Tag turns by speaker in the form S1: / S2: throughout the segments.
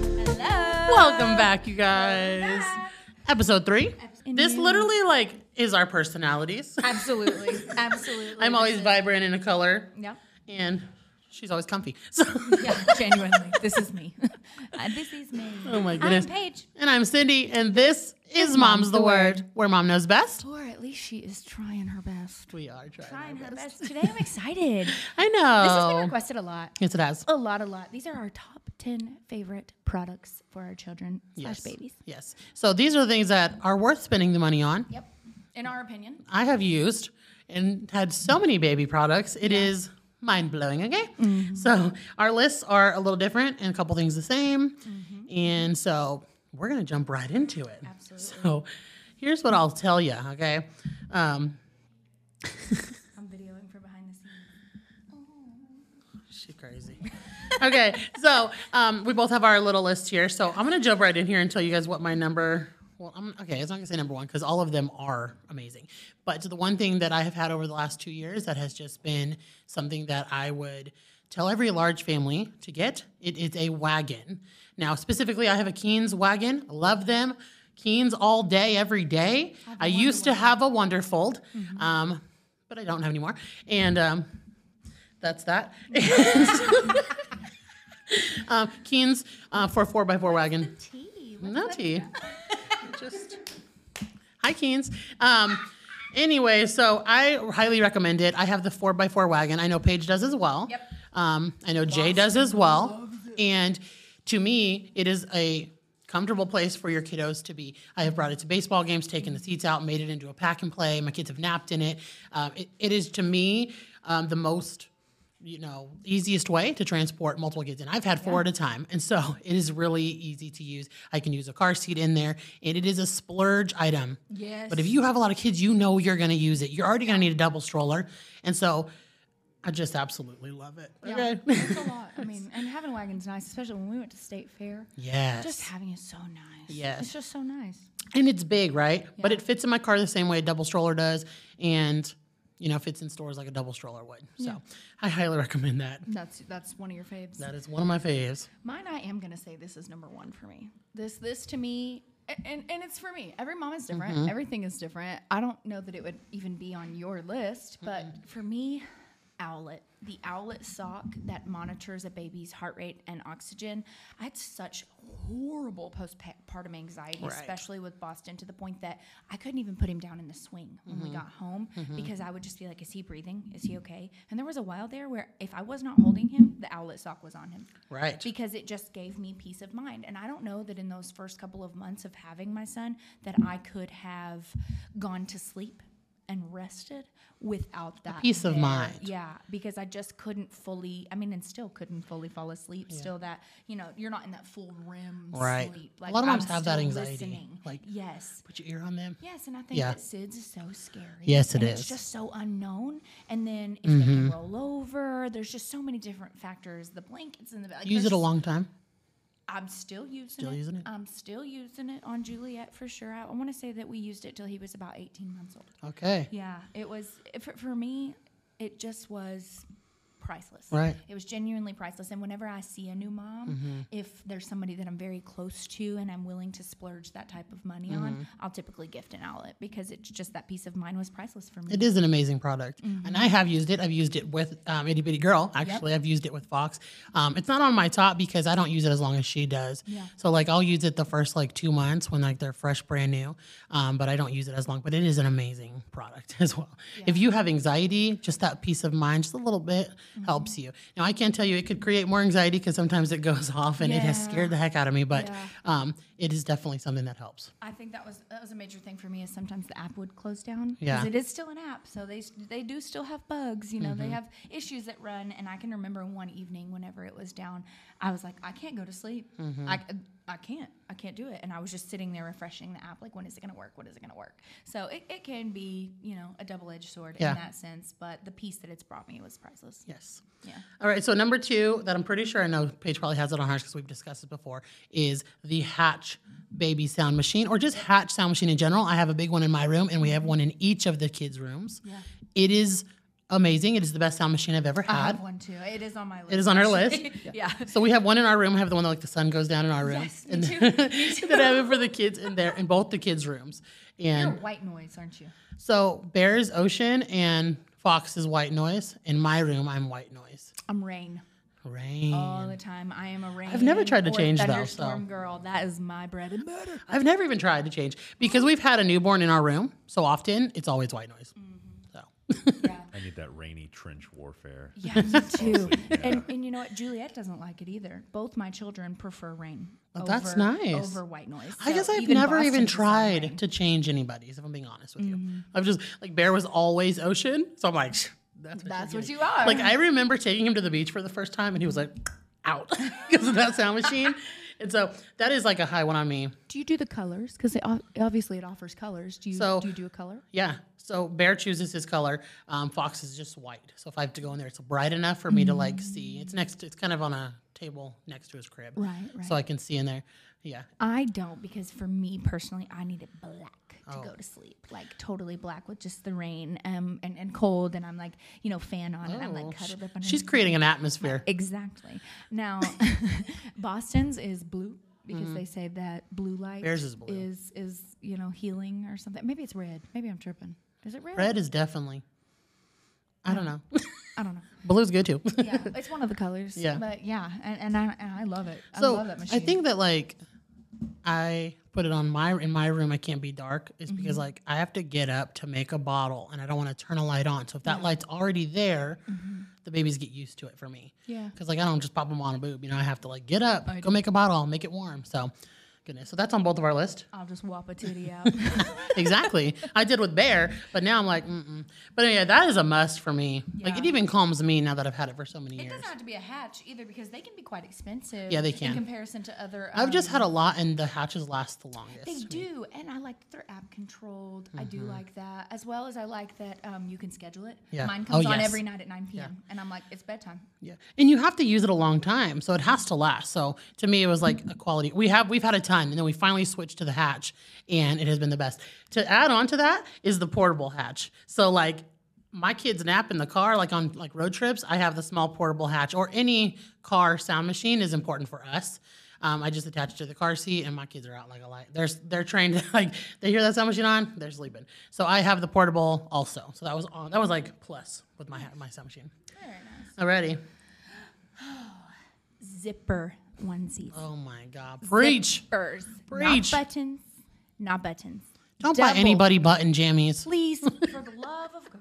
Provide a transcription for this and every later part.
S1: Welcome back, you guys. Episode three. This literally like is our personalities.
S2: Absolutely. Absolutely.
S1: I'm always vibrant in a color,
S2: Yeah.
S1: and she's always comfy. So,
S2: Yeah, genuinely. This is me. Uh, this is me.
S1: oh my
S2: I'm
S1: goodness.
S2: Paige.
S1: And I'm Cindy, and this is Mom's the Word, where Mom knows best.
S2: Or at least she is trying her best.
S1: We are trying.
S2: Trying her best. Today I'm excited.
S1: I
S2: This has been
S1: know.
S2: requested a lot.
S1: Yes, it has.
S2: A lot, a lot. These are our top 10 favorite products for our children slash babies.
S1: Yes. So these are the things that are worth spending the money on.
S2: Yep. In our opinion.
S1: I have used and had so many baby products. It is mind blowing. Okay, so our lists are a little different and a couple things the same, and so we're gonna jump right into it. Absolutely. So here's what I'll tell you. Okay, um,
S2: I'm videoing for behind the scenes.
S1: she crazy. okay, so um, we both have our little list here. So I'm gonna jump right in here and tell you guys what my number. Well, I'm okay. It's not gonna say number one because all of them are amazing. But the one thing that I have had over the last two years that has just been something that I would tell every large family to get. It is a wagon. Now, specifically, I have a Keen's wagon. Love them. Keen's all day, every day. I used to have a Wonderfold, um, but I don't have anymore. And um, that's that. um, Keen's uh, for four by four wagon. No tea. Just hi, Keens. Um, anyway, so I highly recommend it. I have the four by four wagon. I know Paige does as well. Yep. Um, I know Jay does as well. And to me, it is a comfortable place for your kiddos to be. I have brought it to baseball games, taken the seats out, made it into a pack and play. My kids have napped in it. Um, it, it is to me um, the most you know, easiest way to transport multiple kids. And I've had four at a time. And so it is really easy to use. I can use a car seat in there and it is a splurge item.
S2: Yes.
S1: But if you have a lot of kids, you know you're going to use it. You're already going to need a double stroller. And so I just absolutely love it. Okay.
S2: It's a lot. I mean, and having a wagon's nice, especially when we went to State Fair.
S1: yes.
S2: Just having it so nice.
S1: Yes.
S2: It's just so nice.
S1: and it's big, right? But it fits in my car the same way a double stroller does. And, you know, fits in stores like a double stroller would. So I highly recommend that.
S2: That's that's one of your faves.
S1: That is one of my faves.
S2: Mine, I am gonna say this is number one for me. This, this to me, a- and and it's for me. Every mom is different. Everything is different. I don't know that it would even be on your list, but for me, Owlet, the Owlet sock that monitors a baby's heart rate and oxygen. I had such horrible postpartum anxiety, especially with Boston, to the point that I couldn't even put him down in the swing when we got home because I would just be like, "Is he breathing? Is he okay?" And there was a while there where if I was not holding him, the Owlet sock was on him
S1: Right.
S2: because it just gave me peace of mind and i don't know that in those first couple of months of having my son that i could have gone to sleep and rested without that
S1: peace of
S2: there.
S1: mind.
S2: yeah because i just couldn't fully i mean and still couldn't fully fall asleep still that you know you're not in that full rim
S1: Right.
S2: sleep
S1: A lot of
S2: I'm
S1: moms have that
S2: still
S1: anxiety,
S2: listening.
S1: like-
S2: yes
S1: Put your ear on them.
S2: Yes, and I think
S1: Yeah.
S2: that SIDS is so scary.
S1: Yes, it
S2: and It's
S1: is. Mm-hmm.
S2: just so unknown. And then if they can roll over, there's just so many different factors. The blankets and the like,
S1: Use
S2: there's
S1: it a
S2: just-
S1: long time.
S2: I'm still using
S1: Still
S2: it.
S1: using it?
S2: I'm still using it on Juliet for sure. I, I want to say that we used it till he was about 18 months old.
S1: Okay.
S2: Yeah, it was for, for me. It just was priceless.
S1: Right. Mm-hmm.
S2: It was genuinely priceless. And whenever I see a new mom, if there's somebody that I'm very close to and I'm willing to splurge that type of money
S1: Mm-hmm.
S2: on, I'll typically gift an outlet because it's just that peace of mind was priceless for me.
S1: It is an amazing product, and
S2: Mm-hmm.
S1: I have used it. I've used it with um, Itty Bitty Girl. Actually, I've used it with Fox. Um, it's not on my top because I don't use it as long as she does.
S2: Yeah.
S1: So like I'll use it the first like two months when like they're fresh, brand new. Um, but I don't use it as long. But it is an amazing product as well. If you have anxiety, just that peace of mind, just a little bit,
S2: Mm-hmm.
S1: helps you. Now, I can't tell you, it could create more anxiety because sometimes it goes off and it has
S2: Yeah.
S1: scared the heck out of me, but
S2: Yeah.
S1: um, it is definitely something that helps.
S2: I think that was that was a major thing for me. Is sometimes the app would close down because
S1: Yeah.
S2: it is still an app, so they s- they do still have bugs. You know,
S1: Mm-hmm.
S2: they have issues that run. And I can remember one evening whenever it was down, I was like, I can't go to sleep.
S1: Mm-hmm.
S2: I I can't I can't do it. And I was just sitting there refreshing the app, like, when is it going to work? When is it going to work? So it, it can be you know a double edged sword
S1: Yeah.
S2: in that sense. But the piece that it's brought me was priceless.
S1: Yes.
S2: Yeah.
S1: All right, so number two that I'm pretty sure I know Paige probably has it on hers because we've discussed it before is the Hatch baby sound machine or just Hatch sound machine in general. I have a big one in my room and we have one in each of the kids' rooms. Yeah. It is amazing. It is the best sound machine I've ever
S2: I
S1: had.
S2: have one too. It is on my list.
S1: It is on our list.
S2: yeah.
S1: So we have one in our room. I have the one that like the sun goes down in our room.
S2: Yes, me
S1: and
S2: too. Me too.
S1: then I have it for the kids in there in both the kids' rooms.
S2: You're
S1: And
S2: white noise, aren't you?
S1: so bear is ocean and fox is white noise. In my room, I'm white noise.
S2: I'm rain.
S1: Rain.
S2: all the time. I am a rain.
S1: never tried to
S2: or
S1: change, though,
S2: thunderstorm
S1: so.
S2: girl. That is my bread and butter.
S1: I've never even tried to change because we've had a newborn in our room so often. It's always white noise.
S2: Mm-hmm.
S1: So
S3: I need that rainy trench warfare.
S2: Yeah, me too.
S3: Yeah.
S2: And, and you know what? Juliet doesn't like it either. Both my children prefer rain.
S1: Well, that's
S2: over-
S1: nice.
S2: Over white noise.
S1: I guess
S2: So
S1: I've never
S2: Boston
S1: even
S2: is Mm-hmm. on rain.
S1: tried to change anybody's. If I'm being honest with you, I've just like Bear was always ocean, so I'm like, that's what
S2: That's
S1: you're
S2: what
S1: getting.
S2: you are.
S1: Like I remember taking him to the beach for the first time, and he was like, out because of that sound machine. And so that is like a high one on me.
S2: do you do the colors? Because obviously it offers colors. Do you
S1: So-
S2: do you do a color?
S1: Yeah. So bear chooses his color. Um, fox is just white. So if I have to go in there, it's bright enough for me to like see. It's next. It's kind of on a table next to his crib.
S2: Mm-hmm. Right,
S1: So I can see in there. Yeah.
S2: I don't because for me personally, I need it black to go to sleep, like totally black with just the rain um, and and cold, and I'm like you know fan on, and I'm
S1: Oh,
S2: like cuddled up. Under
S1: She's creating an atmosphere.
S2: Exactly. Now, Boston's is blue because they say that blue light
S1: Mm-hmm. Theirs is blue.
S2: is is, you know healing or something. Maybe it's red. Maybe I'm tripping. Is it red?
S1: Red is definitely. I don't know.
S2: I don't know.
S1: Blue's good too.
S2: Yeah, it's one of the colors.
S1: Yeah.
S2: But yeah, and, and I and I love it. I
S1: so
S2: love that
S1: I
S2: machine.
S1: think that like I put it on my in my room. I can't be dark. Is
S2: Mm-hmm.
S1: because like I have to get up to make a bottle, and I don't want to turn a light on. So if that light's already there, the babies get used to it for me.
S2: Mm-hmm. Yeah.
S1: Because like I don't just pop them on a boob. You know, I have to like get up, go make a bottle, make it warm. So goodness. So that's on both of our list.
S2: I'll just whop a titty out.
S1: exactly. I did with Bear, but now I'm like, mm-mm. but yeah, that is a must for me. Like it
S2: Yeah.
S1: even calms me now that I've had it for so many
S2: it
S1: years.
S2: doesn't have to be a hatch either because they can be quite expensive.
S1: Yeah, they can.
S2: in comparison to other.
S1: I've just
S2: um,
S1: had a lot, and the hatches last the longest.
S2: They do, and I like that they're app controlled. I do like that, as well as I like that um, you can schedule it.
S1: Mm-hmm. Yeah.
S2: Mine
S1: Oh,
S2: comes on
S1: yes.
S2: every night at 9 p.m., and I'm like, it's bedtime.
S1: Yeah, and you have to use it a long time, so it has to last. So to me, it was like a quality. We have we've had a ton, and then we finally switched to the hatch, and it has been the best. To add on to that is the portable hatch. So like my kids nap in the car, like on like road trips, I have the small portable hatch or any car sound machine is important for us. Um, I just attach it to the car seat, and my kids are out like a light. They're they're trained like they hear that sound machine on, they're sleeping. So I have the portable also. So that was on that was like plus with my ha- my sound machine.
S2: Very nice.
S1: Alrighty.
S2: Zipper onesies.
S1: Oh my God. Preach.
S2: Zippers.
S1: Preach.
S2: Not buttons. Not buttons.
S1: Don't buy
S2: Double.
S1: anybody button jammies.
S2: Please, for the love of God.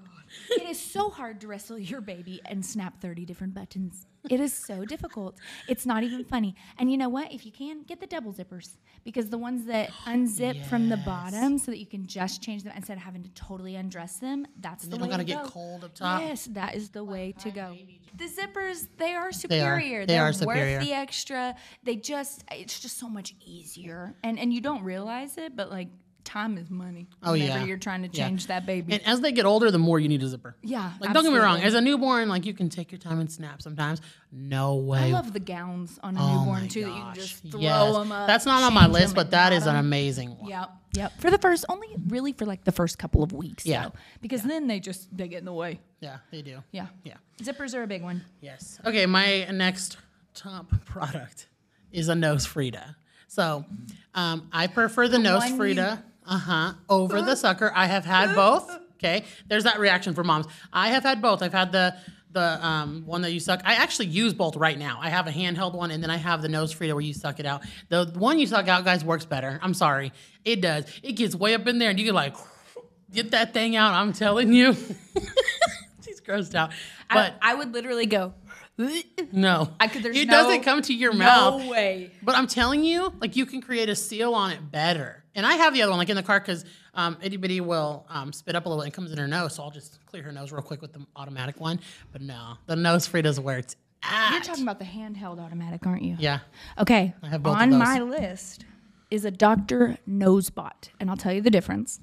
S2: It is so hard to wrestle your baby and snap 30 different buttons. It is so difficult. It's not even funny. And you know what? If you can, get the double zippers because the ones that unzip from the bottom so that you can just change them instead of having to totally undress them, that's the
S1: They don't
S2: way
S1: gotta
S2: to
S1: get
S2: go.
S1: cold up top.
S2: Yes, that is the way to go. The zippers, they are
S1: are.
S2: superior.
S1: They
S2: are
S1: are superior.
S2: worth the extra. They just, it's just so much easier. And and you don't realize it, but like time is money.
S1: Oh,
S2: whenever
S1: yeah.
S2: you're trying to
S1: Yeah.
S2: change that baby.
S1: And as they get older, the more you need a zipper.
S2: yeah,
S1: Like, don't get me wrong.
S2: absolutely.
S1: As a newborn, like you can take your time and snap sometimes. No way.
S2: I love the gowns on a
S1: Oh my
S2: newborn too that you
S1: gosh.
S2: can just throw
S1: Yes.
S2: them up.
S1: That's not on my
S2: change
S1: list,
S2: them
S1: but
S2: and
S1: that
S2: knot
S1: is an
S2: 'em.
S1: amazing one.
S2: Yep, yep. For the first, only really for like the first couple of weeks.
S1: Yeah.
S2: though, because then they just they get in the way.
S1: Yeah, they do.
S2: Yeah.
S1: Yeah.
S2: Zippers are a big one.
S1: Yes. Okay, my next top product is a nose Frida. So um, I prefer the, nose
S2: one you-
S1: Frida uh huh, over the sucker. I have had both. Okay, there's that reaction for moms. I have had both. I've had the the um, one that you suck. I actually use both right now. I have a handheld one, and then I have the nose Frida where you suck it out. The one you suck out, guys, works better. I'm sorry, it does. It gets way up in there, and you can like get that thing out. I'm telling you. She's grossed out. But-
S4: I, I would literally go.
S1: No,
S4: I could- there's
S1: it
S4: no-
S1: doesn't come to your mouth.
S4: No way.
S1: But I'm telling you, like you can create a seal on it better. And I have the other one, like in the car, because um, itty bitty will um, spit up a little and it comes in her nose. So I'll just clear her nose real quick with the automatic one. But no, the nose free does where it's at.
S2: You're talking about the handheld automatic, aren't you?
S1: yeah.
S2: Okay.
S1: have both of
S2: On
S1: those.
S2: my list is a Dr. Nosebot, and I'll tell you the difference.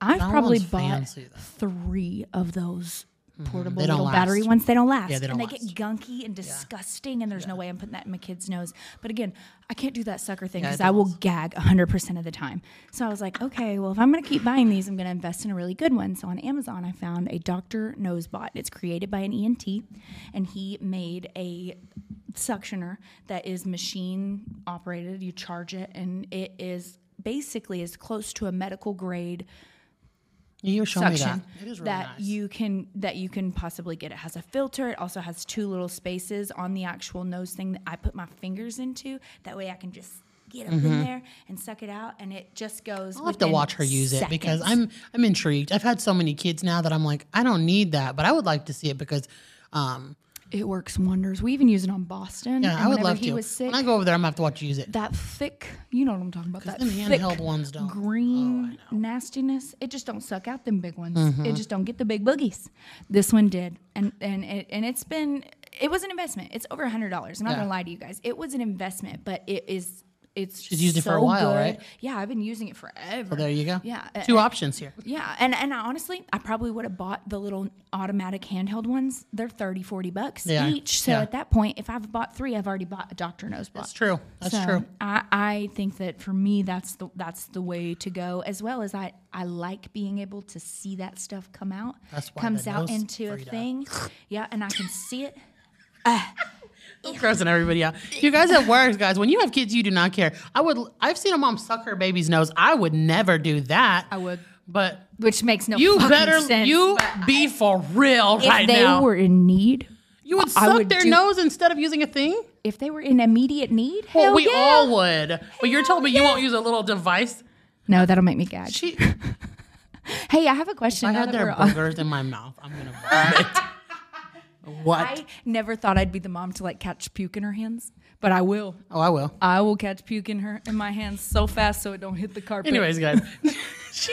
S2: I've
S1: That
S2: probably
S1: one's
S2: bought
S1: fancy, though.
S2: three of those portable
S1: Mm-hmm. they don't
S2: little battery
S1: last.
S2: ones. They don't last.
S1: Yeah, they don't
S2: and they
S1: last.
S2: get gunky and disgusting, and there's no way I'm putting that in my kid's nose. But again, I can't do that sucker thing
S1: Yeah, it
S2: because I will gag 100% of the time. So I was like, okay, well, if I'm going to keep buying these, I'm going to invest in a really good one. So on Amazon, I found a Dr. Nosebot. It's created by an ENT, and he made a suctioner that is machine operated. You charge it, and it is basically as close to a medical grade
S1: You were showing me that.
S2: suction
S1: It is really
S2: that
S1: nice.
S2: you can that you can possibly get. It has a filter. It also has two little spaces on the actual nose thing that I put my fingers into. That way I can just get up in there and suck it out, and it just goes.
S1: Mm-hmm. I'll have to watch her use it because I'm I'm intrigued. I've had so many kids now that I'm like, I don't need that, but I would like to see it because um
S2: It works wonders. We even use it on Boston.
S1: yeah,
S2: and
S1: I would
S2: whenever
S1: love
S2: he
S1: to.
S2: was sick.
S1: When I go over there, I'm gonna have to watch you use it.
S2: that thick, you know what I'm talking about. That
S1: them
S2: thick
S1: handheld ones don't. Oh,
S2: green nastiness. It just don't suck out them big ones.
S1: Mm-hmm.
S2: It just don't get the big boogies. This one did, and and it and it's been it was an investment. It's over a hundred dollars. I'm not
S1: Yeah.
S2: gonna lie to you guys. It was an investment, but it is it's
S1: She's used it for a
S2: so
S1: while,
S2: good.
S1: right?
S2: Yeah, I've been using it forever.
S1: Well, there you go.
S2: Yeah,
S1: Two
S2: uh,
S1: options here.
S2: yeah, and and I, honestly, I probably would have bought the little automatic handheld ones. They're 30, 40 bucks
S1: They are.
S2: each. So
S1: Yeah.
S2: at that point, if I've bought three, I've already bought a Dr. Nose Block.
S1: That's true. That's
S2: So
S1: true.
S2: I, I think that for me, that's the that's the way to go. As well as I, I like being able to see that stuff come out.
S1: That's why
S2: comes
S1: the
S2: out
S1: nose
S2: into a
S1: Frida.
S2: thing. Yeah, and I can see it.
S1: I'm grossing everybody out. You guys at work, guys, when you have kids, you do not care. I would. I've seen a mom suck her baby's nose. I would never do that. I
S2: would.
S1: But
S2: Which makes no
S1: you
S2: fucking
S1: better
S2: sense.
S1: you be for real
S2: if
S1: right
S2: they
S1: now.
S2: were in need,
S1: you would
S2: I
S1: suck
S2: would
S1: their
S2: do-
S1: nose instead of using a thing.
S2: if they were in immediate need,
S1: Well,
S2: hell
S1: we
S2: yeah.
S1: all would. but you're telling me you won't use a little device.
S2: no, that'll make me gag.
S1: She,
S2: hey, I have a question.
S1: I
S2: now
S1: had
S2: that
S1: their
S2: we're on-
S1: boogers in my mouth. I'm gonna vomit. what?
S2: I never thought I'd be the mom to like catch puke in her hands, but I will.
S1: oh, I will.
S2: I will catch puke in her in my hands so fast so it don't hit the carpet.
S1: Anyways, guys, she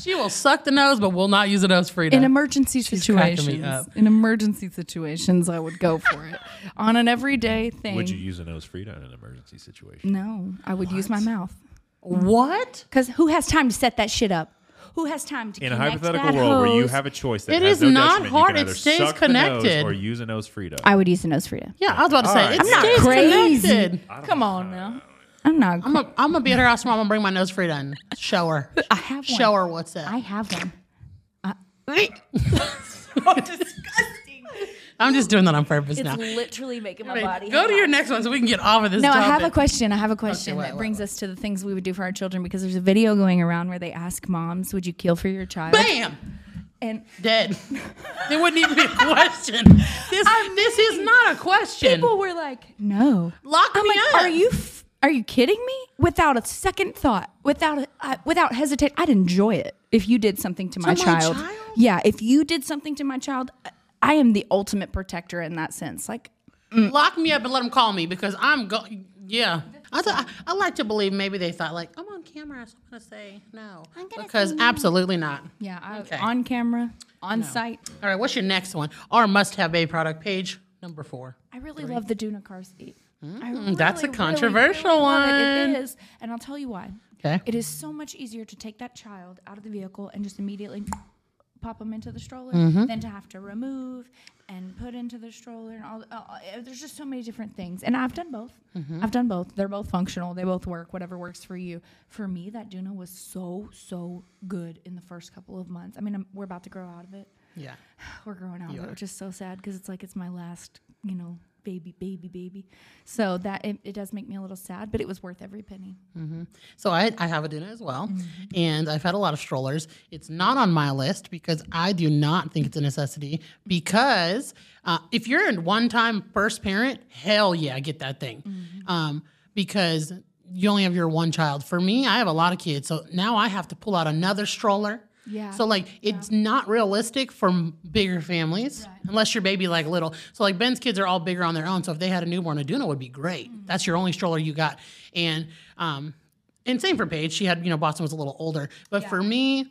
S1: she will suck the nose, but will not use a nose freedom.
S2: in emergency
S1: cracking me
S2: situations,
S1: up.
S2: in emergency situations, I would go for it on an everyday thing.
S3: Would you use a nose Frida in an emergency situation?
S2: No, I would use my mouth
S1: what?
S2: because who has time to set that shit up? Who has time to
S3: In a
S2: connect
S3: hypothetical
S2: that
S3: world where you
S2: hose?
S3: have a choice that
S1: It
S3: has
S1: is
S3: no
S1: not
S3: detriment,
S1: hard.
S3: you
S1: It
S3: can either
S1: stays
S3: suck the
S1: connected.
S3: nose or use a nose Frida.
S2: I would use a nose Frida.
S1: Yeah, I was about to say
S3: All right.
S1: it's
S3: I'm
S2: not
S1: stays
S2: crazy.
S1: connected.
S2: Come on now, I'm not.
S1: I'm gonna I'm gonna be at her house tomorrow. I'm gonna bring my nose free in. Show her.
S2: I have one.
S1: Show her what's up.
S2: I have one.
S1: I'm just doing that on purpose
S4: It's
S1: now.
S4: literally making my
S1: Wait,
S4: body.
S1: Go to your next one so we can get off of this.
S2: No, I
S1: topic.
S2: have a question. I have a question
S1: wait,
S2: that
S1: wait,
S2: brings us to the things we would do for our children because there's a video going around where they ask moms, "Would you kill for your child?"
S1: Bam.
S2: And
S1: Dead. there wouldn't even be a question. This
S2: I
S1: this is not a question.
S2: people were like, "No."
S1: Lock
S2: I'm
S1: me
S2: like,
S1: up.
S2: "Are you f- are you kidding me?" Without a second thought, without a, uh, without hesitate, I'd enjoy it if you did something to my,
S1: my
S2: child.
S1: child?
S2: Yeah, if you did something to my child, I- I am the ultimate protector in that sense. Like,
S1: Lock me up and let them call me because I'm go. Yeah. I, th- I, I like to believe maybe they thought like I'm on camera, so I'm gonna say no. because absolutely not.
S2: yeah, I,
S1: Okay.
S2: on camera, on site.
S1: All right. What's your next one? Our must-have baby product page number four.
S2: I really love the Duna car seat. I
S1: Mm, that's a
S2: really, really,
S1: controversial
S2: really love It.
S1: one.
S2: it is, and I'll tell you why.
S1: Okay.
S2: It is so much easier to take that child out of the vehicle and just immediately pop them into the stroller
S1: Mm-hmm.
S2: than to have to remove and put into the stroller and all. Uh, uh, there's just so many different things, and I've done both.
S1: Mm-hmm.
S2: I've done both. They're both functional. They both work. Whatever works for you. For me, that Duna was so so good in the first couple of months. I mean, I'm, we're about to grow out of it
S1: Yeah.
S2: we're growing out, of it, which is so sad because it's like it's my last, you know, baby, baby, baby. So that it, it does make me a little sad, but it was worth every penny.
S1: So I, I have a Duna as well, and I've had a lot of strollers. It's not on my list because I do not think it's a necessity. Because uh, if you're a one-time first parent, hell yeah, get that thing. Um, because you only have your one child. For me, I have a lot of kids, so now I have to pull out another stroller.
S2: Yeah.
S1: So like it's not realistic for m- bigger families unless your baby like little. So like Ben's kids are all bigger on their own. So if they had a newborn, a Duna would be great. That's your only stroller you got. And um, and same for Paige. She had you know Boston was a little older, but for me. Mm-mm,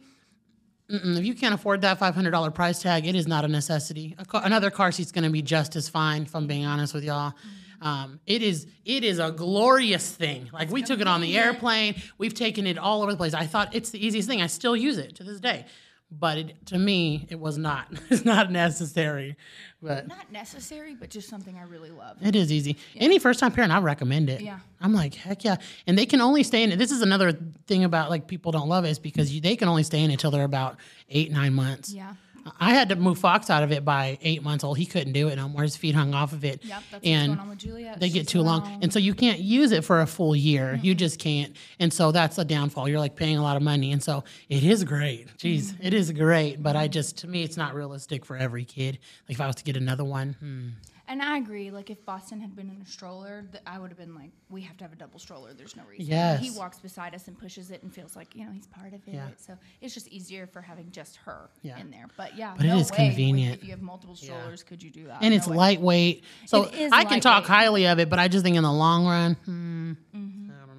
S1: Mm, if you can't afford that five hundred dollar price tag, it is not a necessity. A car, another car seat's going to be just as fine. If I'm being honest with y'all, um, it is it is a glorious thing. Like we took it on the airplane, we've taken it all over the place. I thought it's the easiest thing. I still use it to this day, but it, to me, it was not. it's not necessary, but
S2: Not necessary, but just something I really love.
S1: it is easy. Any first time parent, I recommend it.
S2: Yeah.
S1: I'm like, heck yeah. And they can only stay in it. This is another thing about like people don't love it is because you, they can only stay in it until they're about eight, nine months.
S2: Yeah.
S1: I had to move Fox out of it by eight months old. He couldn't do it no more. His feet hung off of it.
S2: Yep, that's
S1: and
S2: what's going on with Juliet.
S1: they get
S2: She's Mm-hmm.
S1: too long.
S2: now-
S1: And so you can't use it for a full year. You just can't. And so that's a downfall. You're like paying a lot of money. And so it is great. Jeez,
S2: Mm-hmm.
S1: it is great. But I just, to me, it's not realistic for every kid. Like if I was to get another one, hmm.
S2: And I agree. Like if Boston had been in a stroller, th- I would have been like, we have to have a double stroller. There's no reason.
S1: Yes.
S2: He walks beside us and pushes it and feels like you know he's part of it.
S1: Yeah.
S2: So it's just easier for having just her
S1: Yeah.
S2: in there. But yeah,
S1: But it
S2: no
S1: is
S2: way
S1: convenient.
S2: Would, if you have multiple strollers, could you do that?
S1: and
S2: No
S1: it's
S2: way.
S1: lightweight. So
S2: It is
S1: I can talk
S2: lightweight. Mm-hmm.
S1: highly of it, but I just think in the long run, hmm, I don't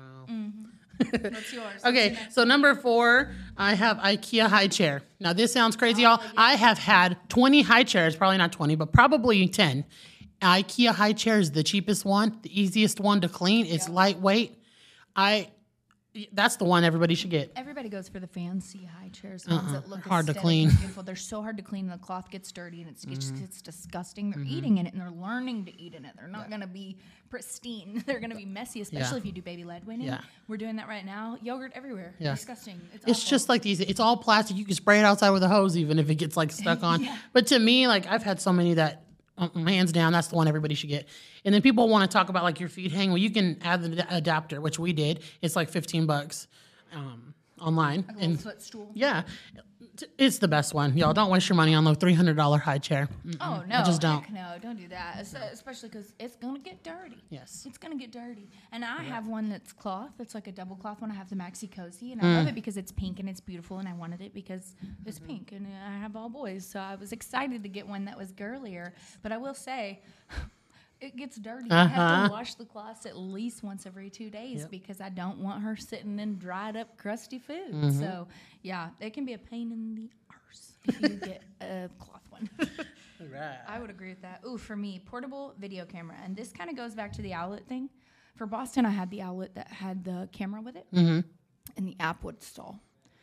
S1: know.
S2: What's yours?
S1: Okay, so number four, I have IKEA high chair. Now this sounds crazy,
S2: Oh,
S1: y'all. I have had 20 high chairs, probably not 20, but probably 10. IKEA high chair is the cheapest one, the easiest one to clean. It's lightweight. I that's the one everybody should get.
S2: Everybody goes for the fancy high chairs, the ones that look
S1: Uh-uh. hard to
S2: aesthetic
S1: clean. Mm-hmm.
S2: and Beautiful. They're so hard to clean. The cloth gets dirty, and it's it just gets disgusting. They're eating in it, and they're learning to eat in it. They're not gonna be pristine. They're gonna be messy, especially if you do baby led weaning.
S1: Yeah.
S2: We're doing that right now. Yogurt everywhere. Disgusting. It's,
S1: It's
S2: awful.
S1: just like these. It's all plastic. You can spray it outside with a hose, even if it gets like stuck on. But to me, like I've had so many that, um, hands down, that's the one everybody should get. And then people want to talk about like your feet hang. Well, you can add the ad- adapter, which we did. It's like fifteen bucks, um, online.
S2: Little
S1: and
S2: footstool.
S1: yeah, t- it's the best one. Y'all don't waste your money on the three hundred dollar high chair. Mm.
S2: Oh no!
S1: just don't.
S2: heck no, don't do that. Es- Especially because it's gonna get dirty.
S1: Yes.
S2: it's gonna get dirty. And I have one that's cloth. It's like a double cloth one. I have the maxi cozy,
S1: Mm.
S2: and I love it because it's pink and it's beautiful. And I wanted it because it's
S1: Mm-hmm.
S2: pink, and I have all boys, so I was excited to get one that was girlier. But I will say. It gets dirty. I
S1: Uh-huh.
S2: have to wash the cloths at least once every two days because I don't want her sitting in dried up, crusty food.
S1: Mm-hmm.
S2: So, yeah, it can be a pain in the arse if you get a cloth one. I would agree with that. Ooh, for me, portable video camera. And this kind of goes back to the outlet thing. For Boston, I had the outlet that had the camera with it, and the app would stall.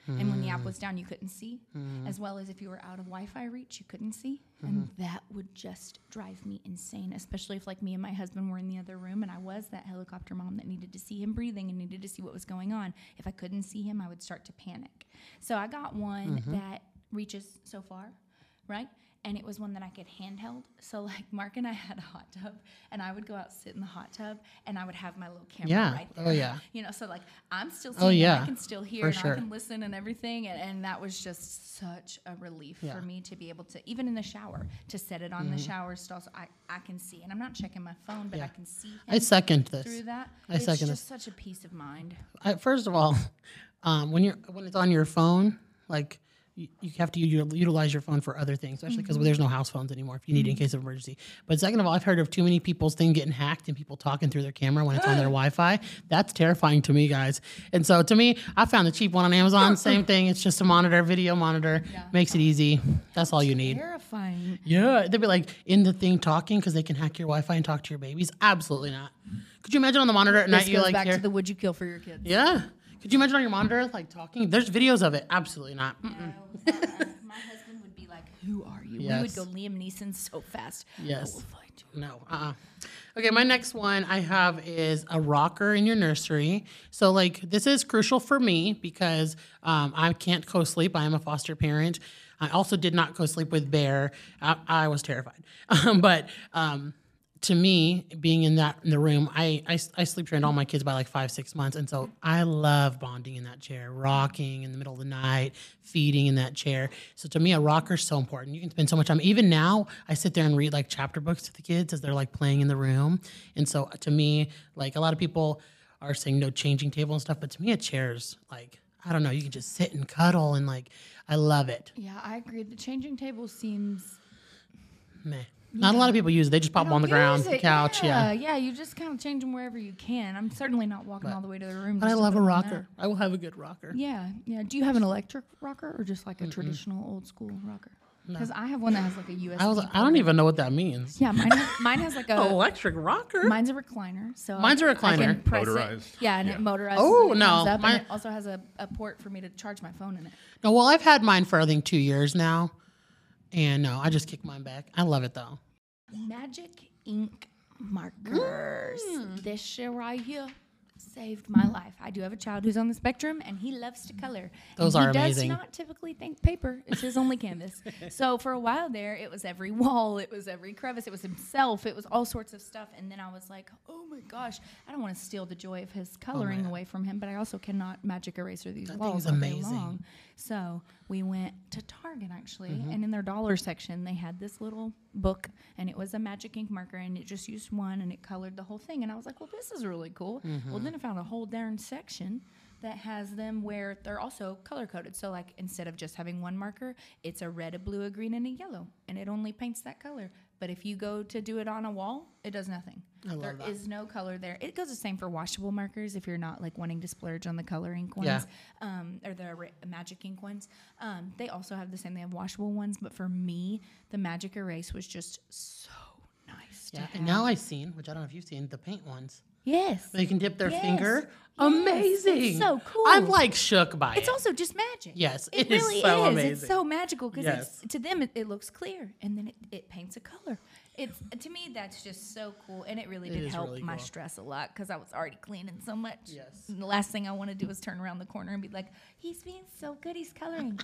S2: And when the app
S1: Mm.
S2: was down, you couldn't see, as well as if you were out of Wi Fi reach, you couldn't see. And
S1: Mm-hmm.
S2: that would just drive me insane, especially if, like, me and my husband were in the other room and I was that helicopter mom that needed to see him breathing and needed to see what was going on. If I couldn't see him, I would start to panic. So I got one
S1: Mm-hmm.
S2: that reaches so far right? And it was one that I could handheld. So like Mark and I had a hot tub, and I would go out sit in the hot tub, and I would have my little camera
S1: Yeah.
S2: right
S1: Oh,
S2: there.
S1: yeah.
S2: You know, so like I'm still seeing, oh, yeah.
S1: yeah.
S2: I can still hear,
S1: For
S2: and
S1: sure.
S2: I can listen and everything, and, and that was just such a relief for me to be able to, even in the shower, to set it on
S1: Mm-hmm.
S2: the shower stall, so I I can see, and I'm not checking my phone, but I can see him
S1: I second this.
S2: through that.
S1: I
S2: it's
S1: second
S2: just such a peace of mind.
S1: I, first of all, um, when you're when it's on your phone, like you, you have to u- utilize your phone for other things, especially
S2: Mm-hmm.
S1: because there's no house phones anymore. If you need it in case of emergency. But second of all, I've heard of too many people's thing getting hacked and people talking through their camera when it's on their Wi-Fi. That's terrifying to me, guys. And so to me, I found the cheap one on Amazon. Same thing. It's just a monitor, video monitor. Makes it easy. That's all you need.
S2: Terrifying.
S1: Yeah, they'd be like in the thing talking because they can hack your Wi-Fi and talk to your babies. Absolutely not. Could you imagine on the monitor at night?
S2: This
S1: You
S2: goes
S1: like
S2: back
S1: hear-
S2: to the would you kill for your kids.
S1: yeah. Could you imagine on your monitor, like talking? There's videos of it. Absolutely not. Mm-mm.
S2: No, uh, my husband would be like, "Who are you?"
S1: Yes.
S2: We would go Liam Neeson so fast.
S1: Yes.
S2: I will find you.
S1: No. Uh-uh. Okay, my next one I have is a rocker in your nursery. So, like, this is crucial for me because um, I can't co sleep. I am a foster parent. I also did not co sleep with Bear. I, I was terrified. Um, but um, to me, being in that in the room, I, I, s- I sleep trained all my kids by like five, six months. And so I love bonding in that chair, rocking in the middle of the night, feeding in that chair. So to me, a rocker's so important. You can spend so much time. Even now, I sit there and read like chapter books to the kids as they're like playing in the room. And so uh, to me, like a lot of people are saying no changing table and stuff, but to me, a chair's like, I don't know, you can just sit and cuddle and like, I love it.
S2: Yeah, I agreed. The changing table seems.
S1: Meh. Not a lot of people use it. They just pop
S2: I
S1: them on the
S2: don't
S1: ground,
S2: use
S1: the
S2: it.
S1: couch. Yeah.
S2: yeah. you just kind of change them wherever you can. I'm certainly not walking all the way to the room.
S1: But
S2: just
S1: I
S2: to
S1: love
S2: put
S1: a
S2: 'em on there.
S1: rocker. I will have a good rocker.
S2: Yeah, yeah. Do you have an electric rocker or just like a traditional old school rocker? Because I have one that has like a USB.
S1: I was like, I don't even know what that means.
S2: Yeah, mine has, mine has like a.
S1: Electric rocker?
S2: Mine's a recliner, so I-
S1: Mine's a
S2: I can
S1: recliner.
S2: press it.
S3: Motorized.
S2: Yeah, and
S3: Yeah.
S2: it motorizes.
S1: Oh,
S2: and it
S1: no,
S2: comes up,
S1: my-
S2: and it also has a, a port for me to charge my phone in it.
S1: no, well, I've had mine for I think two years now. And no, I just kick mine back. I love it though.
S2: Magic ink markers. This shit right here saved my life. I do have a child who's on the spectrum and he loves to color.
S1: Those
S2: and
S1: are
S2: he
S1: amazing.
S2: does not typically think paper is his only canvas. So for a while there, it was every wall, it was every crevice, it was himself, it was all sorts of stuff. And then I was like, oh my gosh, I don't want to steal the joy of his
S1: Oh,
S2: coloring away from him, but I also cannot magic eraser these walls all day
S1: amazing.
S2: long. Um, So we went to Target actually, and in their dollar section, they had this little book, and it was a magic ink marker, and it just used one, and it colored the whole thing. And I was like, "Well, this is really cool." Well, then I found a whole darn section that has them where they're also color coded. So like instead of just having one marker, it's a red, a blue, a green, and a yellow, and it only paints that color. But if you go to do it on a wall, it does nothing. There is no color there. It goes the same for washable markers if you're not like wanting to splurge on the color ink ones
S1: Yeah.
S2: um, or the ra- magic ink ones. Um, they also have the same. They have washable ones, but for me, the magic erase was just so nice.
S1: Yeah.
S2: To
S1: And now I've seen, which I don't know if you've seen, the paint ones.
S2: yes,
S1: They can dip their
S2: Yes.
S1: finger.
S2: Yes.
S1: Amazing.
S2: It's so cool.
S1: I'm like shook by
S2: it's
S1: it.
S2: also just magic.
S1: Yes,
S2: it,
S1: it is
S2: really
S1: so
S2: is.
S1: amazing.
S2: It's so magical because
S1: Yes.
S2: to them it, it looks clear, and then it, it paints a color. It's to me that's just so cool, and it really did
S1: is
S2: help
S1: really
S2: my
S1: cool.
S2: stress a lot because I was already cleaning so much.
S1: Yes.
S2: And the last thing I want to do is turn around the corner and be like, "He's being so good. He's coloring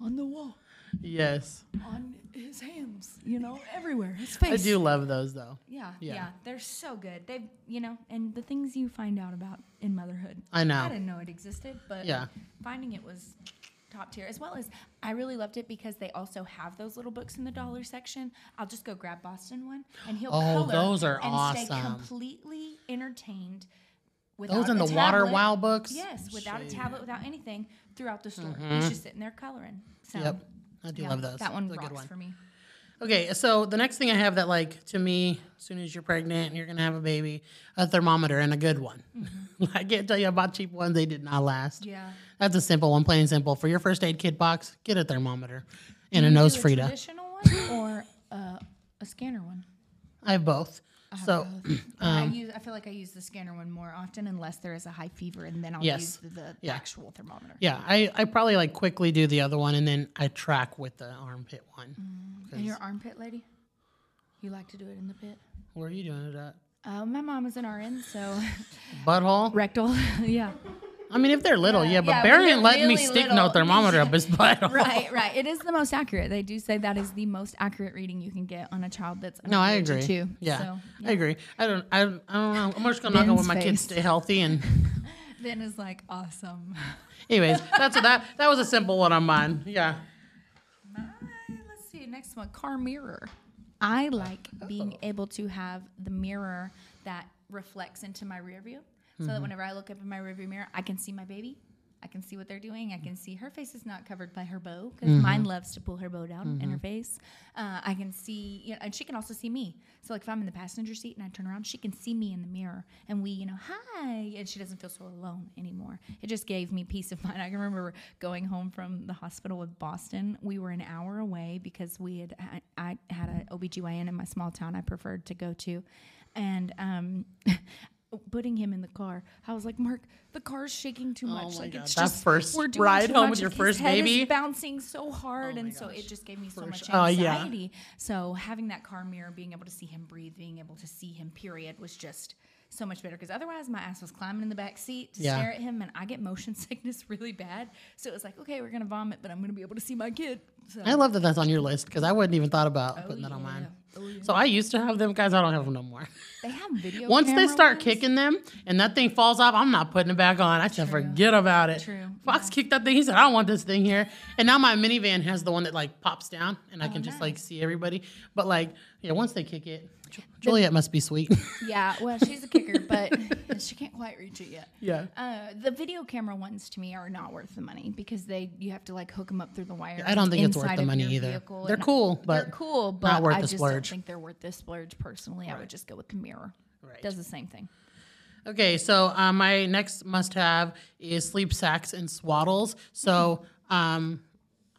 S2: on the wall."
S1: yes.
S2: on his hands, you know, everywhere, his
S1: I
S2: face.
S1: do love those though.
S2: Yeah,
S1: Yeah.
S2: yeah, They're so good. They, you know, and the things you find out about in motherhood.
S1: I know.
S2: I didn't know it existed, but
S1: Yeah.
S2: finding it was top tier. As well as I really loved it because they also have those little books in the dollar section. I'll just go grab Boston one, and he'll
S1: Oh,
S2: color
S1: those are
S2: and stay
S1: awesome.
S2: completely entertained.
S1: Those
S2: without
S1: and
S2: a
S1: the water
S2: tablet.
S1: wow books.
S2: Yes, without a tablet, without anything, throughout the store, he's just sitting there coloring. So
S1: Mm-hmm. Yep. I do
S2: yeah,
S1: love those.
S2: That one
S1: They're
S2: rocks for me.
S1: Okay, so the next thing I have that like to me, as soon as you're pregnant and you're gonna have a baby, a thermometer and a good one. I can't tell you about cheap ones; they did not last.
S2: Mm-hmm. Yeah.
S1: that's a simple one, plain and simple. For your first aid kit box, get a thermometer and a nose
S2: Do a
S1: Frida.
S2: Traditional one or uh, a scanner one.
S1: I have both. so
S2: I
S1: Um,
S2: use. I feel like I use the scanner one more often, unless there is a high fever, and then I'll
S1: Yes.
S2: use the, the
S1: Yeah.
S2: actual thermometer.
S1: yeah, I I probably like quickly do the other one and then I track with the armpit one.
S2: And your armpit lady, you like to do it in the pit.
S1: Where are you doing it at?
S2: Uh, my mom is an RN, so
S1: Butthole.
S2: rectal. yeah.
S1: I mean, if they're little, yeah, but
S2: yeah, when
S1: Barry
S2: they're
S1: ain't letting me
S2: really
S1: stick no
S2: little.
S1: thermometer up his butthole.
S2: Right, right. It is the most accurate. They do say that is the most accurate reading you can get on a child that's
S1: No, I
S2: underage of
S1: agree.
S2: Two.
S1: Yeah,
S2: So,
S1: I agree. I don't. I don't. I don't know. I'm just gonna knock on
S2: Ben's
S1: when my kids
S2: face.
S1: stay healthy. And
S2: Ben is like awesome.
S1: anyways, that's what that. That was a simple one on mine. Yeah.
S2: Mine- Let's see, next one car mirror. Oh. I like being able to have the mirror that reflects into my rear view so that whenever I look up in my rear view mirror, I can see my baby. I can see what they're doing. I can see her face is not covered by her bow because mine loves to pull her bow down in her face. Uh, I can see, you know, and she can also see me. So, like, if I'm in the passenger seat and I turn around, she can see me in the mirror. And we, you know, hi. And she doesn't feel so alone anymore. It just gave me peace of mind. I can remember going home from the hospital with Boston. We were an hour away because we had, I, I had an OBGYN in my small town I preferred to go to. And, um, Putting him in the car, I was like, "Mark, the car's shaking too much. like it's
S1: that
S2: just
S1: first
S2: we're doing
S1: ride
S2: too
S1: home
S2: much.
S1: with your
S2: His
S1: first
S2: head is
S1: baby.
S2: bouncing so hard, and so it just gave me so much
S1: Oh, yeah.
S2: anxiety. So having that car mirror, being able to see him breathe, being able to see him, period, was just so much better. Because otherwise, my ass was climbing in the back seat to
S1: Yeah.
S2: stare at him, and I get motion sickness really bad. So it was like, okay, we're gonna vomit, but I'm gonna be able to see my kid. So Oh,
S1: I love that that's on your list because I wouldn't even thought about putting that on mine. So I used to have them guys. I don't have them no more.
S2: They have video.
S1: Once they
S2: camera
S1: start
S2: ones.
S1: kicking them and that thing falls off, I'm not putting it back on. I should forget about it.
S2: True,
S1: Fox kicked that thing. He said, I don't want this thing here. And now my minivan has the one that like pops down and I
S2: Oh,
S1: can just like see everybody. But like, yeah, once they kick it, Ju- Juliet must be sweet.
S2: Yeah, well, she's a kicker, but she can't quite reach it yet.
S1: yeah.
S2: Uh, the video camera ones to me are not worth the money because they you have to like hook them up through the wire.
S1: I don't think it's worth
S2: inside
S1: the
S2: of
S1: money
S2: your
S1: either.
S2: vehicle
S1: They're
S2: and-
S1: cool,
S2: they're
S1: but
S2: cool, but
S1: worth
S2: I
S1: the
S2: just don't
S1: splurge.
S2: think they're worth the splurge. Personally, I would just go with the mirror.
S1: Right.
S2: Does the same thing.
S1: Okay, so uh, my next must have is sleep sacks and swaddles. So um,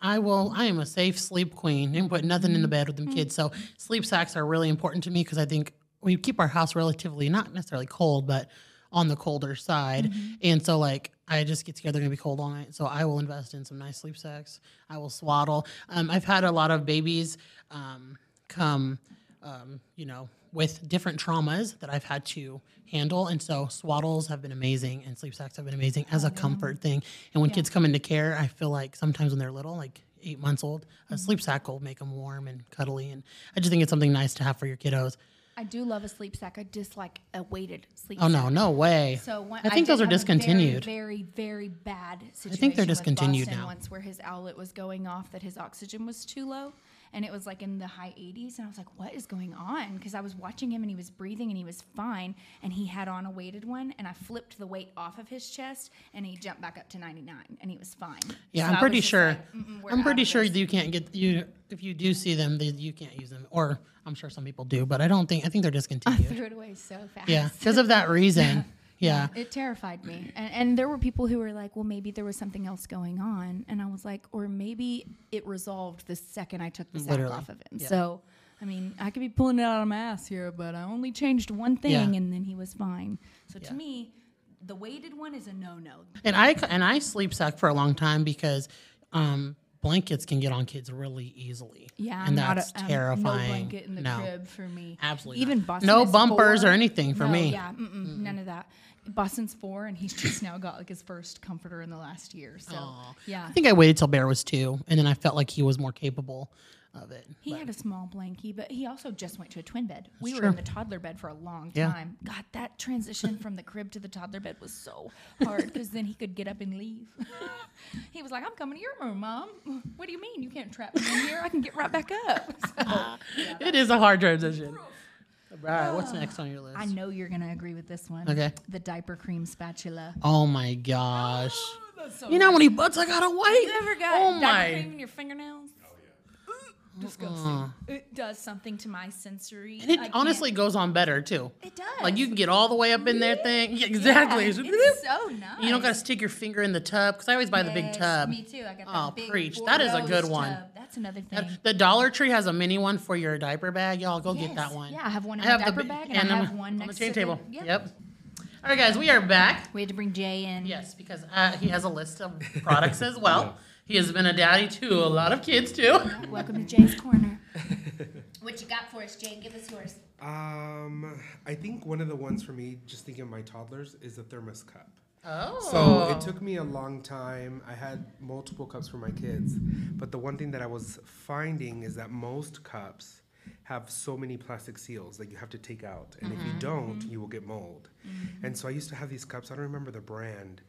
S1: I will, I am a safe sleep queen and put nothing in the bed with them kids. So sleep sacks are really important to me because I think we keep our house relatively, not necessarily cold, but on the colder side. And so, like, I just get together, they're gonna be cold all night. So I will invest in some nice sleep sacks. I will swaddle. Um, I've had a lot of babies um, come um, you know, with different traumas that I've had to handle. And so swaddles have been amazing and sleep sacks have been amazing
S2: Oh,
S1: as a comfort thing. And when kids come into care, I feel like sometimes when they're little, like eight months old,
S2: Mm-hmm.
S1: a sleep sack will make them warm and cuddly. And I just think it's something nice to have for your kiddos.
S2: I do love a sleep sack. I dislike a weighted sleep.
S1: Oh,
S2: sack.
S1: no, no way.
S2: So one,
S1: I think
S2: did
S1: those are
S2: have a very,
S1: discontinued.
S2: Very, very, bad situation.
S1: think they're
S2: with
S1: discontinued
S2: Boston
S1: now.
S2: Once where his outlet was going off, that his oxygen was too low, and it was like in the high 80s, and I was like, "What is going on?" Because I was watching him, and he was breathing, and he was fine, and he had on a weighted one, and I flipped the weight off of his chest, and he jumped back up to 99, and he was fine.
S1: yeah,
S2: So I
S1: I'm
S2: was
S1: pretty
S2: just
S1: sure.
S2: like, "Mm-mm, we're
S1: I'm
S2: out
S1: pretty
S2: of
S1: sure
S2: this."
S1: that you can't get you if you do see them, they, you can't use them. Or I'm sure some people do, but I don't think I think they're discontinued.
S2: threw it away so fast.
S1: yeah, because of that reason. yeah.
S2: It terrified me. And, and there were people who were like, well, maybe there was something else going on. And I was like, or maybe it resolved the second I took the sack
S1: Literally.
S2: off of him. So, I mean, I could be pulling it out of my ass here, but I only changed one thing
S1: Yeah.
S2: and then he was fine. So to me, the weighted one is a no no.
S1: And I and I sleep sack for a long time because um, blankets can get on kids really easily.
S2: Yeah.
S1: and
S2: I'm
S1: that's
S2: not a, um,
S1: terrifying.
S2: No blanket in the
S1: No.
S2: crib for me.
S1: Absolutely
S2: Even
S1: not.
S2: Boston.
S1: No
S2: is
S1: bumpers or
S2: four.
S1: anything for
S2: No,
S1: me.
S2: Yeah, mm-mm, none of that. Boston's four, and he's just now got like his first comforter in the last year. So yeah,
S1: I think I waited till Bear was two, and then I felt like he was more capable of it.
S2: He had a small blankie, but he also just went to a twin bed. we were in the toddler bed for a long
S1: Yeah.
S2: time. God, that transition from the crib to the toddler bed was so hard because then he could get up and leave. he was like, "I'm coming to your room, mom. What do you mean you can't trap me in here? I can get right back up." So,
S1: It is a hard transition. All right, what's next on your list?
S2: I know you're gonna agree with this one.
S1: Okay.
S2: The diaper cream spatula.
S1: Oh my gosh!
S2: Oh, That's so
S1: You know how many butts I gotta wait?
S2: You ever got
S1: oh
S2: diaper
S1: my!
S2: cream in your fingernails? Oh yeah. Disgusting. It does something to my sensory.
S1: And it
S2: I can't-
S1: honestly goes on better too.
S2: It does.
S1: Like you can get all the way up in there thing. Yeah, exactly.
S2: Yeah, it's so nice.
S1: You don't gotta stick your finger in the tub because I always buy the big
S2: Yes,
S1: tub.
S2: Me too. I got that
S1: Oh,
S2: big
S1: preach. That is a
S2: Bordeaux
S1: good one.
S2: tub. That's another thing.
S1: That- The Dollar Tree has a mini one for your diaper bag. Y'all go get that
S2: Yes.
S1: one.
S2: Yeah, I have one in my
S1: bi-
S2: diaper bag, and I
S1: I'm
S2: have one
S1: on
S2: next
S1: the chain
S2: to the-
S1: table.
S2: yeah.
S1: Yep. All right, guys, we are back.
S2: we had to bring Jay in.
S1: Yes, because uh, he has a list of products as well. He has been a daddy to a lot of kids too.
S2: Welcome to Jay's corner. what you got for us, Jay? Give us yours.
S4: Um, I think one of the ones for me, just thinking of my toddlers, is the thermos cup.
S1: Oh.
S4: So it took me a long time. I had multiple cups for my kids, but the one thing that I was finding is that most cups have so many plastic seals that you have to take out, and
S1: Mm-hmm.
S4: if you don't, you will get mold. And so I used to have these cups. I don't remember the brand.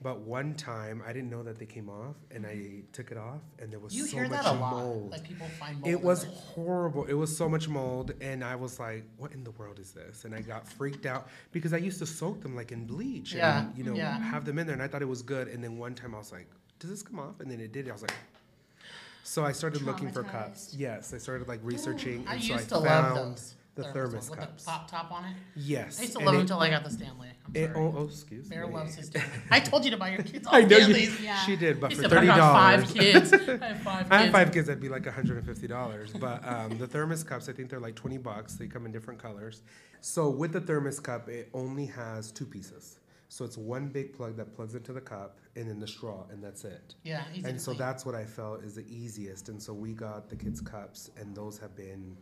S4: But one time, I didn't know that they came off, and I took it off, and there was
S1: you
S4: so
S1: hear
S4: much
S1: that a lot.
S4: mold.
S1: That people find mold.
S4: It
S1: in
S4: was
S1: their-
S4: horrible. It was so much mold, and I was like, "What in the world is this?" And I got freaked out because I used to soak them like in bleach
S1: Yeah,
S4: and you know
S1: yeah.
S4: have them in there, and I thought it was good. And then one time I was like, "Does this come off?" And then it did. I was like, so I started looking for cups. Yes, I started like researching,
S1: I
S4: and
S1: used
S4: so I
S1: to love
S4: found
S1: those.
S4: the
S1: They're-
S4: thermos
S1: with
S4: cups.
S1: the pop top on it.
S4: Yes,
S1: I used to
S4: and
S1: love
S4: it-
S1: them until I got the Stanley. I'm
S4: it-
S1: sorry.
S4: oh, oh, excuse
S1: Bear
S4: me.
S1: loves his Stanley. I told you to buy your kids all
S4: I know you,
S1: Stanleys.
S4: she did, but
S1: He
S4: for
S1: said,
S4: thirty
S1: I got five
S4: dollars.
S1: kids. I have five kids.
S4: I have five kids. That'd be like one hundred and fifty dollars. But um, the thermos cups, I think they're like twenty bucks. They come in different colors. So with the thermos cup, it only has two pieces. So it's one big plug that plugs into the cup, and then the straw, and that's it.
S1: Yeah, easy
S4: And
S1: to
S4: so
S1: clean.
S4: that's what I felt is the easiest. And so we got the kids' cups, and those have been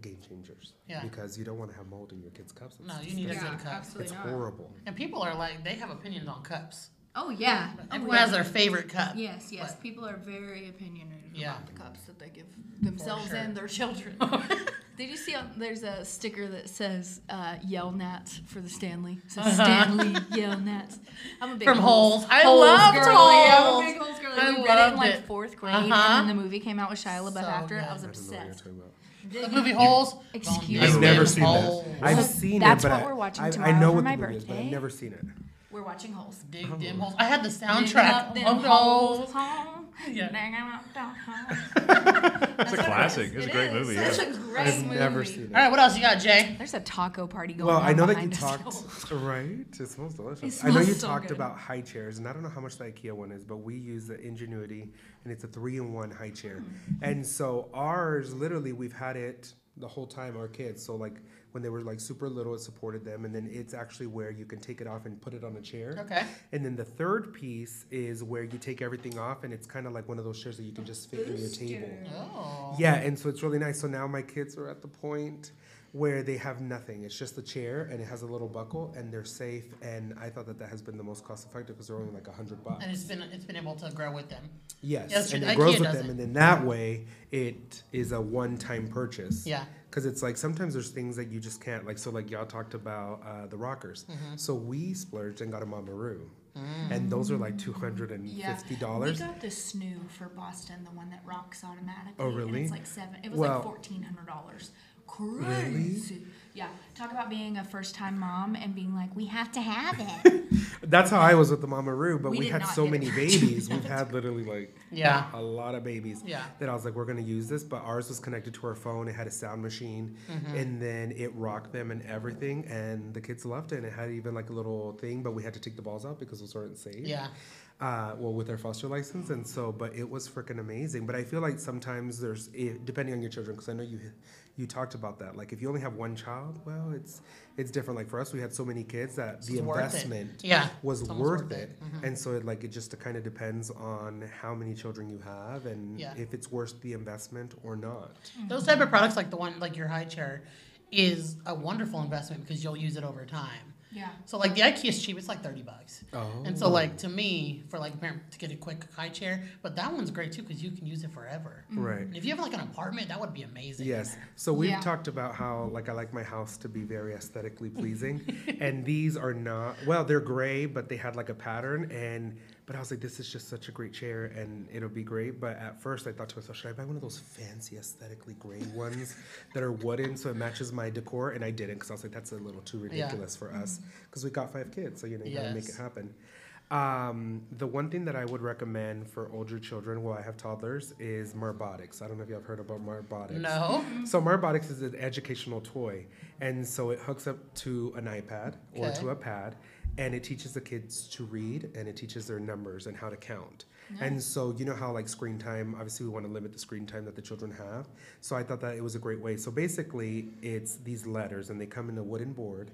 S4: game changers.
S1: Yeah.
S4: Because you don't want to have mold in your kids' cups. It's,
S1: No, you need a good cup.
S4: it's horrible.
S1: And people are like, they have opinions on cups.
S2: Oh yeah. Oh,
S1: Everyone has their favorite cup.
S2: Yes, yes.
S1: But-
S2: People are very opinionated
S1: Yeah.
S2: about the cups that they give themselves
S1: sure.
S2: and their children. Did you see on, there's a sticker that says uh, Yell Nats for the Stanley? It says Stanley Yell Nats. I'm a big
S1: Uh-huh. From
S2: Holes.
S1: Holes. I
S2: Holes
S1: loved
S2: girly. I'm a
S1: Holes.
S2: big Holes girly.
S1: I
S2: we read it in
S1: loved
S2: like
S1: it. Uh-huh.
S2: fourth grade, and then the movie came out with Shia LaBeouf
S1: So
S2: after it.
S1: good.
S2: I was
S4: I don't know what you're
S2: obsessed.
S4: talking about.
S1: The movie Holes.
S2: Excuse
S1: Don't
S2: me.
S4: I've
S1: give
S4: never
S1: them
S4: seen
S1: holes.
S4: that. I've seen
S5: that's
S4: it, but
S5: what
S4: I,
S5: we're watching
S4: I- I
S5: tomorrow
S4: know
S5: for
S4: what
S5: my
S4: the movie is, but
S5: birthday.
S4: I've never seen it.
S2: We're watching Holes.
S1: Dig them holes. I had the
S2: Digging up
S1: soundtrack
S2: them
S1: of Holes.
S2: home.
S1: Yeah.
S2: Digging up them holes.
S3: It's a classic. It's a great movie. Yeah.
S2: Such a great
S4: I've
S2: movie.
S4: never seen
S1: All
S4: it.
S1: right, what else you got, Jay?
S2: There's a taco party going
S4: Well,
S2: on.
S4: I know that you
S2: behind us.
S4: talked right. It smells delicious.
S2: It
S4: I know
S2: smells
S4: you
S2: so
S4: talked
S2: good.
S4: about high chairs, and I don't know how much the IKEA one is, but we use the Ingenuity, and it's a three-in-one high chair.
S2: Hmm.
S4: And so ours, literally, we've had it the whole time our kids. So like when they were like super little, it supported them, and then it's actually where you can take it off and put it on a chair.
S1: Okay.
S4: And then the third piece is where you take everything off, and it's kind of like one of those chairs that you can just fit in your table. Yeah, and so it's really nice. So now my kids are at the point where they have nothing. It's just a chair and it has a little buckle, and they're safe. And I thought that that has been the most cost effective because they're only like a hundred bucks.
S1: And it's been it's been able to grow with them.
S4: Yes,
S1: Yes,
S4: and
S1: true.
S4: it grows
S1: IKEA
S4: with
S1: does
S4: them,
S1: it.
S4: and then that way it is a one-time purchase.
S1: Yeah.
S4: Because it's like sometimes there's things that you just can't like. So like y'all talked about uh, the rockers.
S1: Mm-hmm.
S4: So we splurged and got a Mamaru,
S1: Mm.
S4: and those are like two hundred and fifty dollars.
S2: We got the Snoo for Boston, the one that rocks automatically.
S4: Oh,
S2: And
S4: really?
S2: it's like seven. It was
S4: Well-
S2: like fourteen hundred dollars. Crazy. Yeah. Talk about being a first-time mom and being like, we have to have it.
S4: That's how I was with the Mamaru, but
S2: We
S4: we,
S2: did
S4: had
S2: not
S4: so
S2: get it.
S4: many babies. We've had literally like
S1: Yeah.
S4: a lot of babies.
S1: Yeah.
S4: That I was like, we're gonna use this, but ours was connected to our phone. It had a sound machine,
S1: Mm-hmm.
S4: and then it rocked them and everything, and the kids loved it. And it had even like a little thing, but we had to take the balls out because those weren't safe.
S1: Yeah.
S4: Uh, well, with our foster license, and so, but it was freaking amazing. But I feel like sometimes there's, it, depending on your children, because I know you, you talked about that. Like if you only have one child, well, it's, it's different. Like for us, we had so many kids that the
S1: It's worth it.
S4: investment
S1: Yeah.
S4: was
S1: It's
S4: worth,
S1: almost worth
S4: it.
S1: it. Mm-hmm.
S4: And so it like it just kind of depends on how many children you have and
S1: Yeah.
S4: if it's worth the investment or not.
S2: Mm-hmm.
S1: Those type of products, like the one, like your high chair, is a wonderful investment because you'll use it over time.
S2: yeah.
S1: So like the IKEA is cheap; it's like thirty bucks.
S4: Oh.
S1: And so like to me, for like parent- to get a quick high chair, but that one's great too because you can use it forever.
S4: Right.
S1: And if you have like an apartment, that would be amazing. in
S4: Mm-hmm. Yes.
S1: there.
S4: So we've
S2: Yeah.
S4: talked about how like I like my house to be very aesthetically pleasing, and these are not. Well, they're gray, but they had like a pattern, and but I was like, this is just such a great chair, and it'll be great. But at first, I thought to myself, should I buy one of those fancy aesthetically gray ones that are wooden so it matches my decor? And I didn't because I was like, that's a little too ridiculous for us because we got five kids, so you know you gotta make it
S1: Mm-hmm. Yes.
S4: happen. Um, the one thing that I would recommend for older children, well, I have toddlers, is Marbotics. I don't know if you have heard about Marbotics.
S1: No.
S4: So Marbotics is an educational toy, and so it hooks up to an iPad or
S1: Okay.
S4: to a pad, and it teaches the kids to read and it teaches their numbers and how to count. And so you know how like screen time, obviously we want to limit the screen time that the children have. So I thought that it was a great way. So basically, it's these letters, and they come in a wooden board.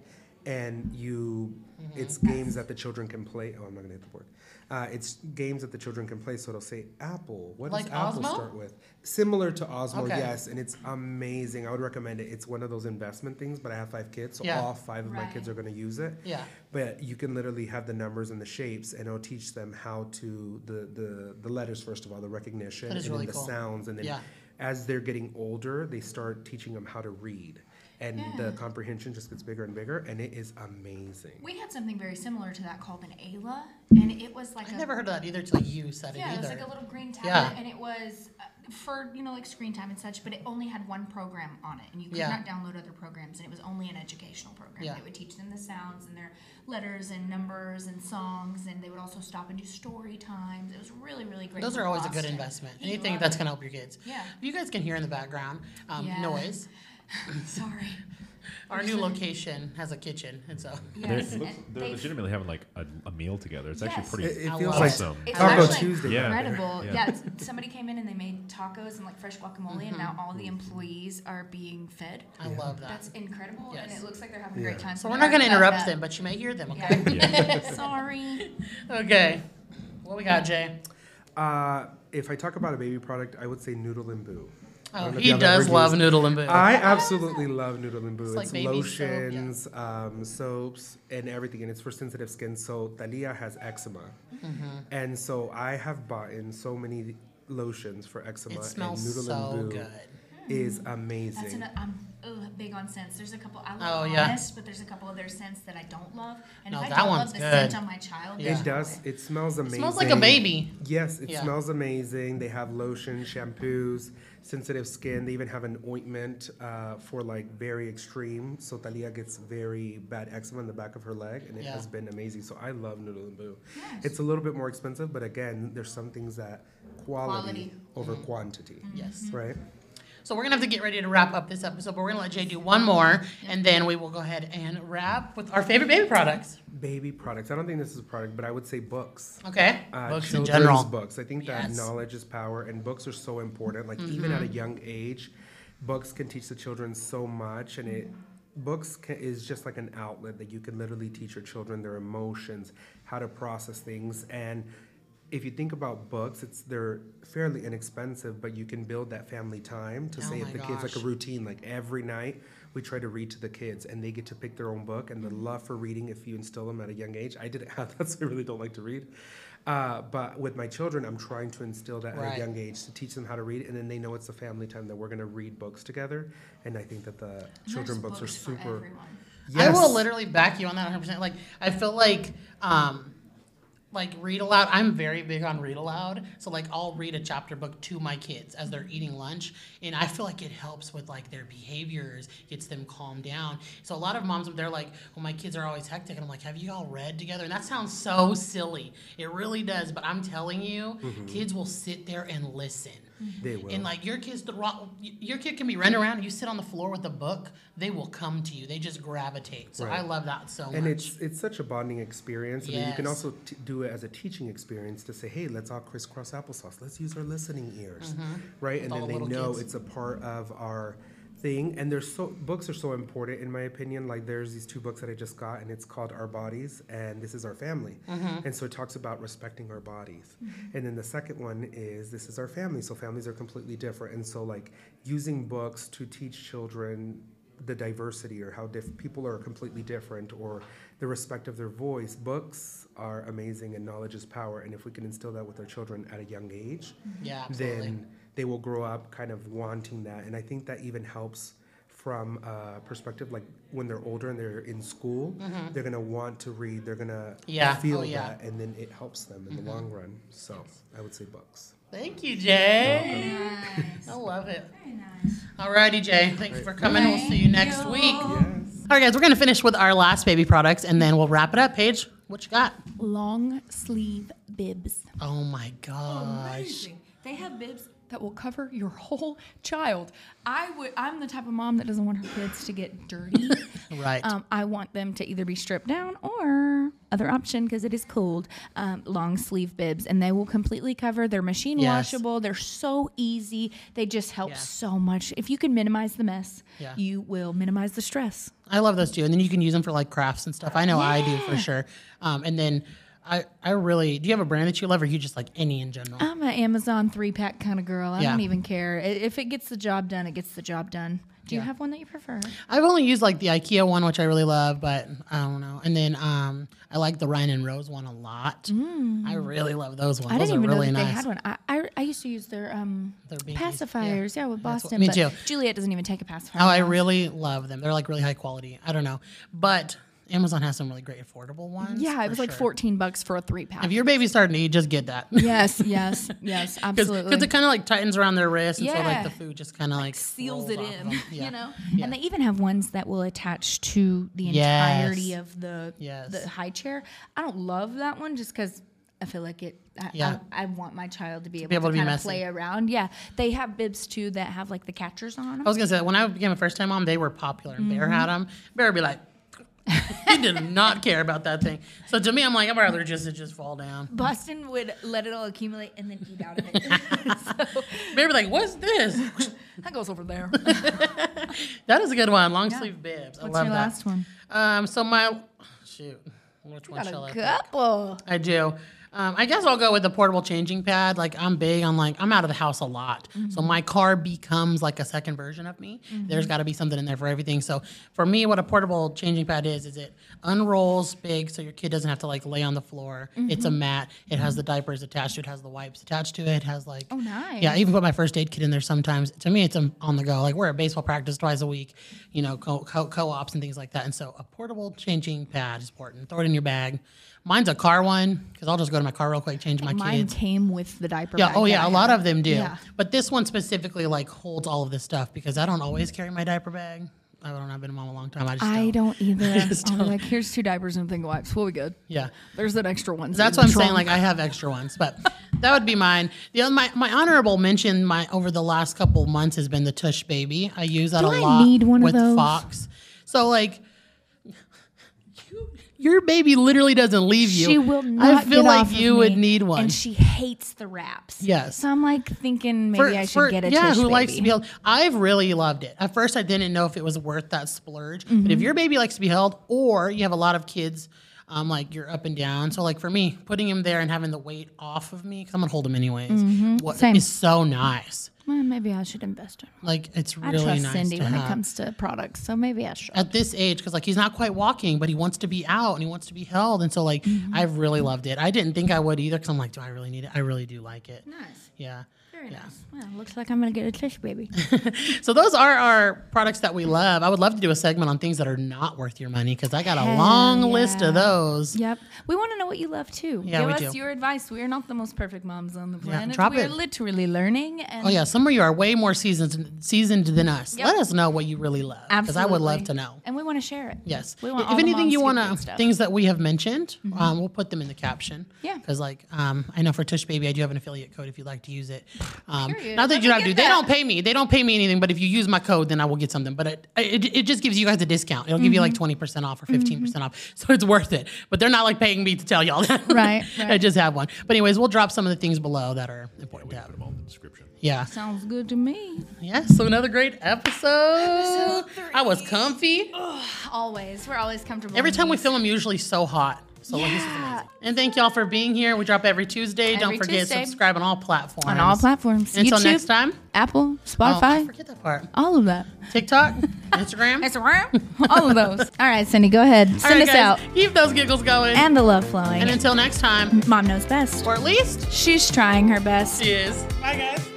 S4: And you,
S1: Mm-hmm.
S4: it's games that the children can play. Oh, I'm not gonna hit the board. Uh, it's games that the children can play. So it'll say apple. What
S1: Like
S4: does apple
S1: Osmo?
S4: start with? Similar to Osmo,
S1: Okay.
S4: yes, and it's amazing. I would recommend it. It's one of those investment things, but I have five kids, so
S1: Yeah.
S4: all five of my kids
S2: Right.
S4: are going to use it.
S1: Yeah.
S4: But you can literally have the numbers and the shapes, and it'll teach them how to the the, the letters first of all, the recognition,
S1: That
S4: and
S1: is
S4: then
S1: really
S4: the
S1: cool.
S4: sounds, and then
S1: Yeah.
S4: as they're getting older, they start teaching them how to read, and the comprehension just gets bigger and bigger, and it is amazing.
S2: We had something very similar to that called an Ayla, and it was like
S1: I
S2: a
S1: never heard of that either till you said it
S2: Yeah, it
S1: either.
S2: was like a little green tablet,
S1: Yeah.
S2: and it was uh, for you know like screen time and such, but it only had one program on it, and you could
S1: Yeah.
S2: not download other programs, and it was only an educational program.
S1: Yeah.
S2: It would teach them the sounds and their letters and numbers and songs, and they would also stop and do story times. It was really really great.
S1: Those
S2: for
S1: are always a good
S2: Boston.
S1: investment.
S2: He
S1: Anything
S2: loved
S1: that's
S2: it.
S1: going to help your kids.
S2: Yeah.
S1: You guys can hear in the background um,
S2: Yeah.
S1: noise.
S2: Sorry.
S1: Our new location has a kitchen, and so
S3: They're,
S2: Yes.
S3: it looks-
S2: and
S3: they're
S2: they've-
S3: legitimately having like a, a meal together. It's
S2: Yes.
S3: actually
S4: It,
S3: pretty.
S4: it
S1: I
S4: feels
S1: love
S4: like
S3: it. Awesome.
S2: It's
S4: Taco
S2: actually
S4: Tuesday.
S3: Yeah.
S2: Incredible.
S3: Yeah.
S2: Yeah. it's- somebody came in and they made tacos and like fresh guacamole, and
S1: Mm-hmm.
S2: now all the employees are being fed.
S1: I love that.
S2: That's incredible, and
S1: Um, Yes.
S2: it looks like they're having a great time.
S1: so we're not going to
S2: everybody
S1: interrupt
S2: got
S1: them, but you may hear them. Okay.
S2: that. Yeah.
S3: Yeah.
S2: Sorry.
S1: Okay. What we got, Jay?
S4: Uh, if I talk about a baby product, I would say Noodle and Boo. I
S1: Oh,
S4: don't know if
S1: he
S4: y'all ever
S1: does love
S4: used-
S1: noodle and boo.
S4: I absolutely love Noodle and Boo. It's,
S1: like baby soap, yeah.
S4: lotions, um, soaps, and everything, and it's for sensitive skin. So Thalia has eczema,
S1: Mm-hmm.
S4: and so I have bought in so many lotions for eczema.
S1: it smells
S4: and Noodle
S1: so
S4: and Boo
S1: good.
S4: Is
S6: That's
S4: amazing.
S6: an, I'm ugh, big on scents. There's a couple I
S1: Oh,
S6: love
S1: yeah.
S6: honest, but there's a couple other scents that I don't love. And
S1: No,
S6: if I
S1: that
S6: don't
S1: one's
S6: love the scent
S1: good.
S6: on my child,
S1: Yeah.
S6: yeah.
S4: It does. It smells amazing.
S1: Smells like a baby.
S4: Yes, it
S1: Yeah.
S4: smells amazing. They have lotion, shampoos, sensitive skin. They even have an ointment uh, for like very extreme. So Talia gets very bad eczema in the back of her leg, and it
S1: Yeah.
S4: has been amazing. So I love Noodle and Boo. It's a little bit more expensive, but again, there's some things that quality,
S6: Quality.
S4: over quantity.
S1: Yes.
S4: Right?
S1: So we're gonna have to get ready to wrap up this episode, but we're gonna let Jay do one more, and then we will go ahead and wrap with our favorite baby products.
S4: Baby products. I don't think this is a product, but I would say books.
S1: Okay.
S4: uh,
S1: Books in
S4: children's
S1: general.
S4: books. I think
S1: Yes.
S4: that
S1: Mm-hmm.
S4: knowledge is power, and books are so important. Like even at a young age, books can teach the children so much, and it books can, is just like an outlet that you can literally teach your children their emotions, how to process things, and if you think about books, it's they're fairly inexpensive, but you can build that family time to
S1: Oh
S4: say
S1: my
S4: if the kids like a
S1: gosh.
S4: routine, like every night we try to read to the kids and they get to pick their own book and the love for reading if you instill them at a young age. I didn't have that, so I really don't like to read. Uh, but with my children, I'm trying to instill that at
S1: Right.
S4: a young age to teach them how to read, and then they know it's a family time that we're going to read books together. And I think that the children books, are
S6: For
S4: super.
S6: everyone.
S1: I will literally back you on that 100%. Like, I feel like, um, like read aloud. I'm very big on read aloud, so like I'll read a chapter book to my kids as they're eating lunch, and I feel like it helps with like their behaviors, gets them calmed down. So a lot of moms they're like, "Well, my kids are always hectic," and I'm like, "Have you all read together?" And that sounds so silly. It really does, but I'm telling you, kids will sit there and listen.
S4: They will.
S1: And like your kids, the ro- your kid can be running around. You sit on the floor with a book, they will come to you. They just gravitate. So I
S4: Right.
S1: love that so
S4: and
S1: much.
S4: it's it's such a bonding experience, and then you can
S1: Yes.
S4: also t- do it as a teaching experience to say, hey, let's all crisscross applesauce. Let's use our listening ears, right? and
S1: Mm-hmm. all the
S4: then they
S1: little
S4: know
S1: kids.
S4: it's a part of our thing. And there's so books are so important in my opinion. Like there's these two books that I just got, and it's called Our Bodies, and this is our family.
S1: Mm-hmm.
S4: And so it talks about respecting our bodies. And then the second one is This is our family. So families are completely different, and so like using books to teach children the diversity or how diff- people are completely different or the respect of their voice. Books are amazing and knowledge is power. And if we can instill that with our children at a young age,
S1: yeah, absolutely.
S4: then they will grow up kind of wanting that. And I think that even helps from a perspective like when they're older and they're in school, they're gonna want to read, they're gonna
S1: Mm-hmm. Yeah.
S4: feel
S1: Oh, yeah. Mm-hmm.
S4: that, and then it helps them in the long run. So I would say books.
S1: Thank you, Jay. I love it.
S6: Very nice.
S1: Alrighty, Jay. Thanks for coming. We'll see you next week. All
S4: Yes.
S1: right, guys, we're gonna finish with our last baby products, and then we'll wrap it up. Paige, what you got?
S2: Long sleeve bibs
S1: Oh my gosh.
S6: Amazing. They have bibs.
S2: that will cover your whole child. I would. I'm the type of mom that doesn't want her kids to get dirty.
S1: Right.
S2: Um, I want them to either be stripped down or other option because it is cold. Um, long sleeve bibs, and they will completely cover. They're machine
S1: Yes.
S2: washable. They're so easy. They just help
S1: Yeah.
S2: so much. If you can minimize the mess,
S1: Yeah.
S2: you will minimize the stress.
S1: I love those too. And then you can use them for like crafts and stuff. I know I do for sure. Um, and then I, I really, do you have a brand that you love or you just like any in general?
S2: I'm an Amazon three pack kind of girl. I
S1: Yeah.
S2: don't even care I- if it gets the job done. It gets the job done. Do you have one that you prefer?
S1: I've only used like the IKEA one, which I really love, but I don't know. And then um, I like the Ryan and Rose one a lot. I really love those ones.
S2: Mm. I
S1: those
S2: didn't even
S1: are really
S2: know that
S1: nice.
S2: they had one. I, I, I used to use their um
S1: Their binkies, yeah.
S2: pacifiers. Yeah. with
S1: That's what-
S2: Boston.
S1: me
S2: but
S1: too.
S2: Juliet doesn't even take a pacifier.
S1: Oh, I really love them. They're like really high quality. I don't know, but Amazon has some really great affordable ones.
S2: Yeah,
S1: for
S2: it was like
S1: sure.
S2: 14 bucks for a three pack.
S1: If your baby's starting to eat, just get that.
S2: yes, yes, yes, absolutely.
S1: Because it kind of like tightens around their wrist, and so like
S2: Yeah.
S1: the food just kind of like,
S2: seals
S1: rolls
S2: it
S1: off
S2: in,
S1: them. Yeah.
S2: you know.
S1: Yeah.
S2: And they even have ones that will attach to the
S1: Yes.
S2: entirety of the
S1: Yes.
S2: the high chair. I don't love that one just because. I feel like it. I,
S1: Yeah.
S2: I, I want my child to be able,
S1: able to
S2: to,
S1: be
S2: kind of
S1: messy.
S2: play around. Yeah, they have bibs too that have like the catchers on
S1: I
S2: them.
S1: was gonna say when I became a first time mom, they were popular, and
S2: Mm-hmm.
S1: Bear had them. Bear would be like, he did not care about that thing. So to me, I'm like, I'd rather just it just fall down.
S2: Boston would let it all accumulate and then eat out of it. so
S1: Bear would be like, what's this?
S2: that goes over there.
S1: That is a good one. Long sleeve bibs. I
S2: What's
S1: love
S2: your
S1: that.
S2: last one?
S1: Um, so my shoot, which one
S2: Got
S1: shall I?
S2: a
S1: pick?
S2: couple.
S1: I do. Um, I guess I'll go with the portable changing pad. Like I'm big on like I'm out of the house a lot,
S2: Mm-hmm.
S1: so my car becomes like a second version of me. There's got to be something in there for everything. So for me, what a portable changing pad is is it unrolls big, so your kid doesn't have to like lay on the floor. It's a
S2: Mm-hmm.
S1: mat. It has the diapers attached. to It has the wipes attached to it. It has like
S2: Oh, nice.
S1: yeah, I even put my first aid kit in there sometimes. To me, it's um, on the go. Like we're at baseball practice twice a week, you know, co- co- co-ops and things like that. And so a portable changing pad is important. Throw it in your bag. Mine's a car one because I'll just go to my car real quick, change my
S2: Mine
S1: kids.
S2: came with the diaper.
S1: Yeah.
S2: bag
S1: Oh,
S2: that
S1: yeah.
S2: I
S1: A lot
S2: had.
S1: of them do.
S2: Yeah.
S1: But this one specifically like holds all of this stuff because I don't always carry my diaper bag. I don't. know, I've been a mom a long time. I just.
S2: I don't either. i
S1: just
S2: am
S1: don't.
S2: like, here's two diapers and think wipes. We'll be good.
S1: Yeah.
S2: There's an extra one.
S1: That's what I'm saying. Like I have extra ones, but that would be mine. The other, my my honorable mention my over the last couple months has been the Tush Baby. I use that
S2: Do
S1: a
S2: I
S1: lot
S2: need one of
S1: with
S2: those?
S1: Fox. So like. you- Your baby literally doesn't leave you.
S2: She will not.
S1: I feel
S2: get
S1: like
S2: off of
S1: you would
S2: me,
S1: need one.
S6: And she hates the wraps.
S1: yes.
S2: So I'm like thinking maybe
S1: For-
S2: I should
S1: for-
S2: get a
S1: yeah,
S2: tush
S1: who
S2: baby.
S1: likes to be held. I've really loved it. At first, I didn't know if it was worth that splurge, but
S2: Mm-hmm.
S1: if your baby likes to be held, or you have a lot of kids, um, like you're up and down. So, like for me, putting him there and having the weight off of me, because I'm gonna hold him anyways, what-
S2: Mm-hmm. Same.
S1: is so nice.
S2: Well, maybe I should invest in. one.
S1: Like it's
S2: I
S1: really
S2: trust
S1: nice
S2: Cindy
S1: to
S2: when
S1: have.
S2: it comes to products, so maybe I should.
S1: at this age because like he's not quite walking but he wants to be out and he wants to be held and so like
S2: Mm-hmm.
S1: i've really loved it i didn't think i would either because i'm like do i really need it i really do like it
S6: Nice.
S1: yeah
S6: Very
S1: Yeah.
S6: nice.
S2: Well, looks like I'm gonna get a tush baby.
S1: So those are our products that we love. I would love to do a segment on things that are not worth your money because I got a long list of those.
S2: yep. We want to know what you love too.
S1: Yeah,
S2: Give
S1: we
S2: us
S1: do.
S2: your advice. We are not the most perfect moms on the planet.
S1: drop
S2: we are
S1: it.
S2: literally learning and
S1: Oh yeah, some of you are way more seasoned seasoned than us. Let us know what you really love because I would love
S2: Absolutely.
S1: to know.
S2: and we want to share it.
S1: Yes.
S2: We want
S1: if
S2: all the
S1: anything
S2: moms
S1: you
S2: to
S1: want
S2: get good
S1: to
S2: stuff. Mm-hmm.
S1: things that we have mentioned, um, we'll put them in the caption.
S2: Yeah.
S1: Because like um, I know for Tush Baby, I do have an affiliate code if you'd like to use it. Um,
S2: Period.
S1: Not that you
S2: Let
S1: don't have
S2: me
S1: to.
S2: get
S1: They
S2: that.
S1: don't pay me. They don't pay me anything. But if you use my code, then I will get something. But it it, it just gives you guys a discount. It'll give you
S2: Mm-hmm.
S1: like twenty percent off or fifteen percent off. So it's worth it. But they're not like paying me to tell y'all that.
S2: Right,
S1: I
S2: right.
S1: just have one. But anyways, we'll drop some of the things below that are important
S3: We
S1: to
S3: can
S1: have.
S3: put them all in the description.
S1: Yeah.
S2: Sounds good to me.
S1: Yeah. So another great episode. I was comfy.
S6: Always. We're always comfortable.
S1: Every
S6: in
S1: time we
S2: Mm.
S6: these.
S1: film, I'm usually so hot. So like, this is amazing. And thank y'all for being here. We drop every Tuesday. Don't forget
S2: Tuesday.
S1: subscribe on all platforms.
S2: On all platforms.
S1: Until
S2: YouTube,
S1: next time.
S2: Apple,
S1: Oh, I
S2: Spotify,
S1: forget that part.
S2: all of that.
S1: TikTok, Instagram.
S6: It's a wrap.
S2: All of those. all right, Cindy, go ahead.
S1: All
S2: Send
S1: right,
S2: us
S1: guys,
S2: out.
S1: Keep those giggles going.
S2: And the love flowing.
S1: and until next time,
S2: Mom knows best.
S1: or at least
S2: She's trying her best.
S1: she is. Bye guys.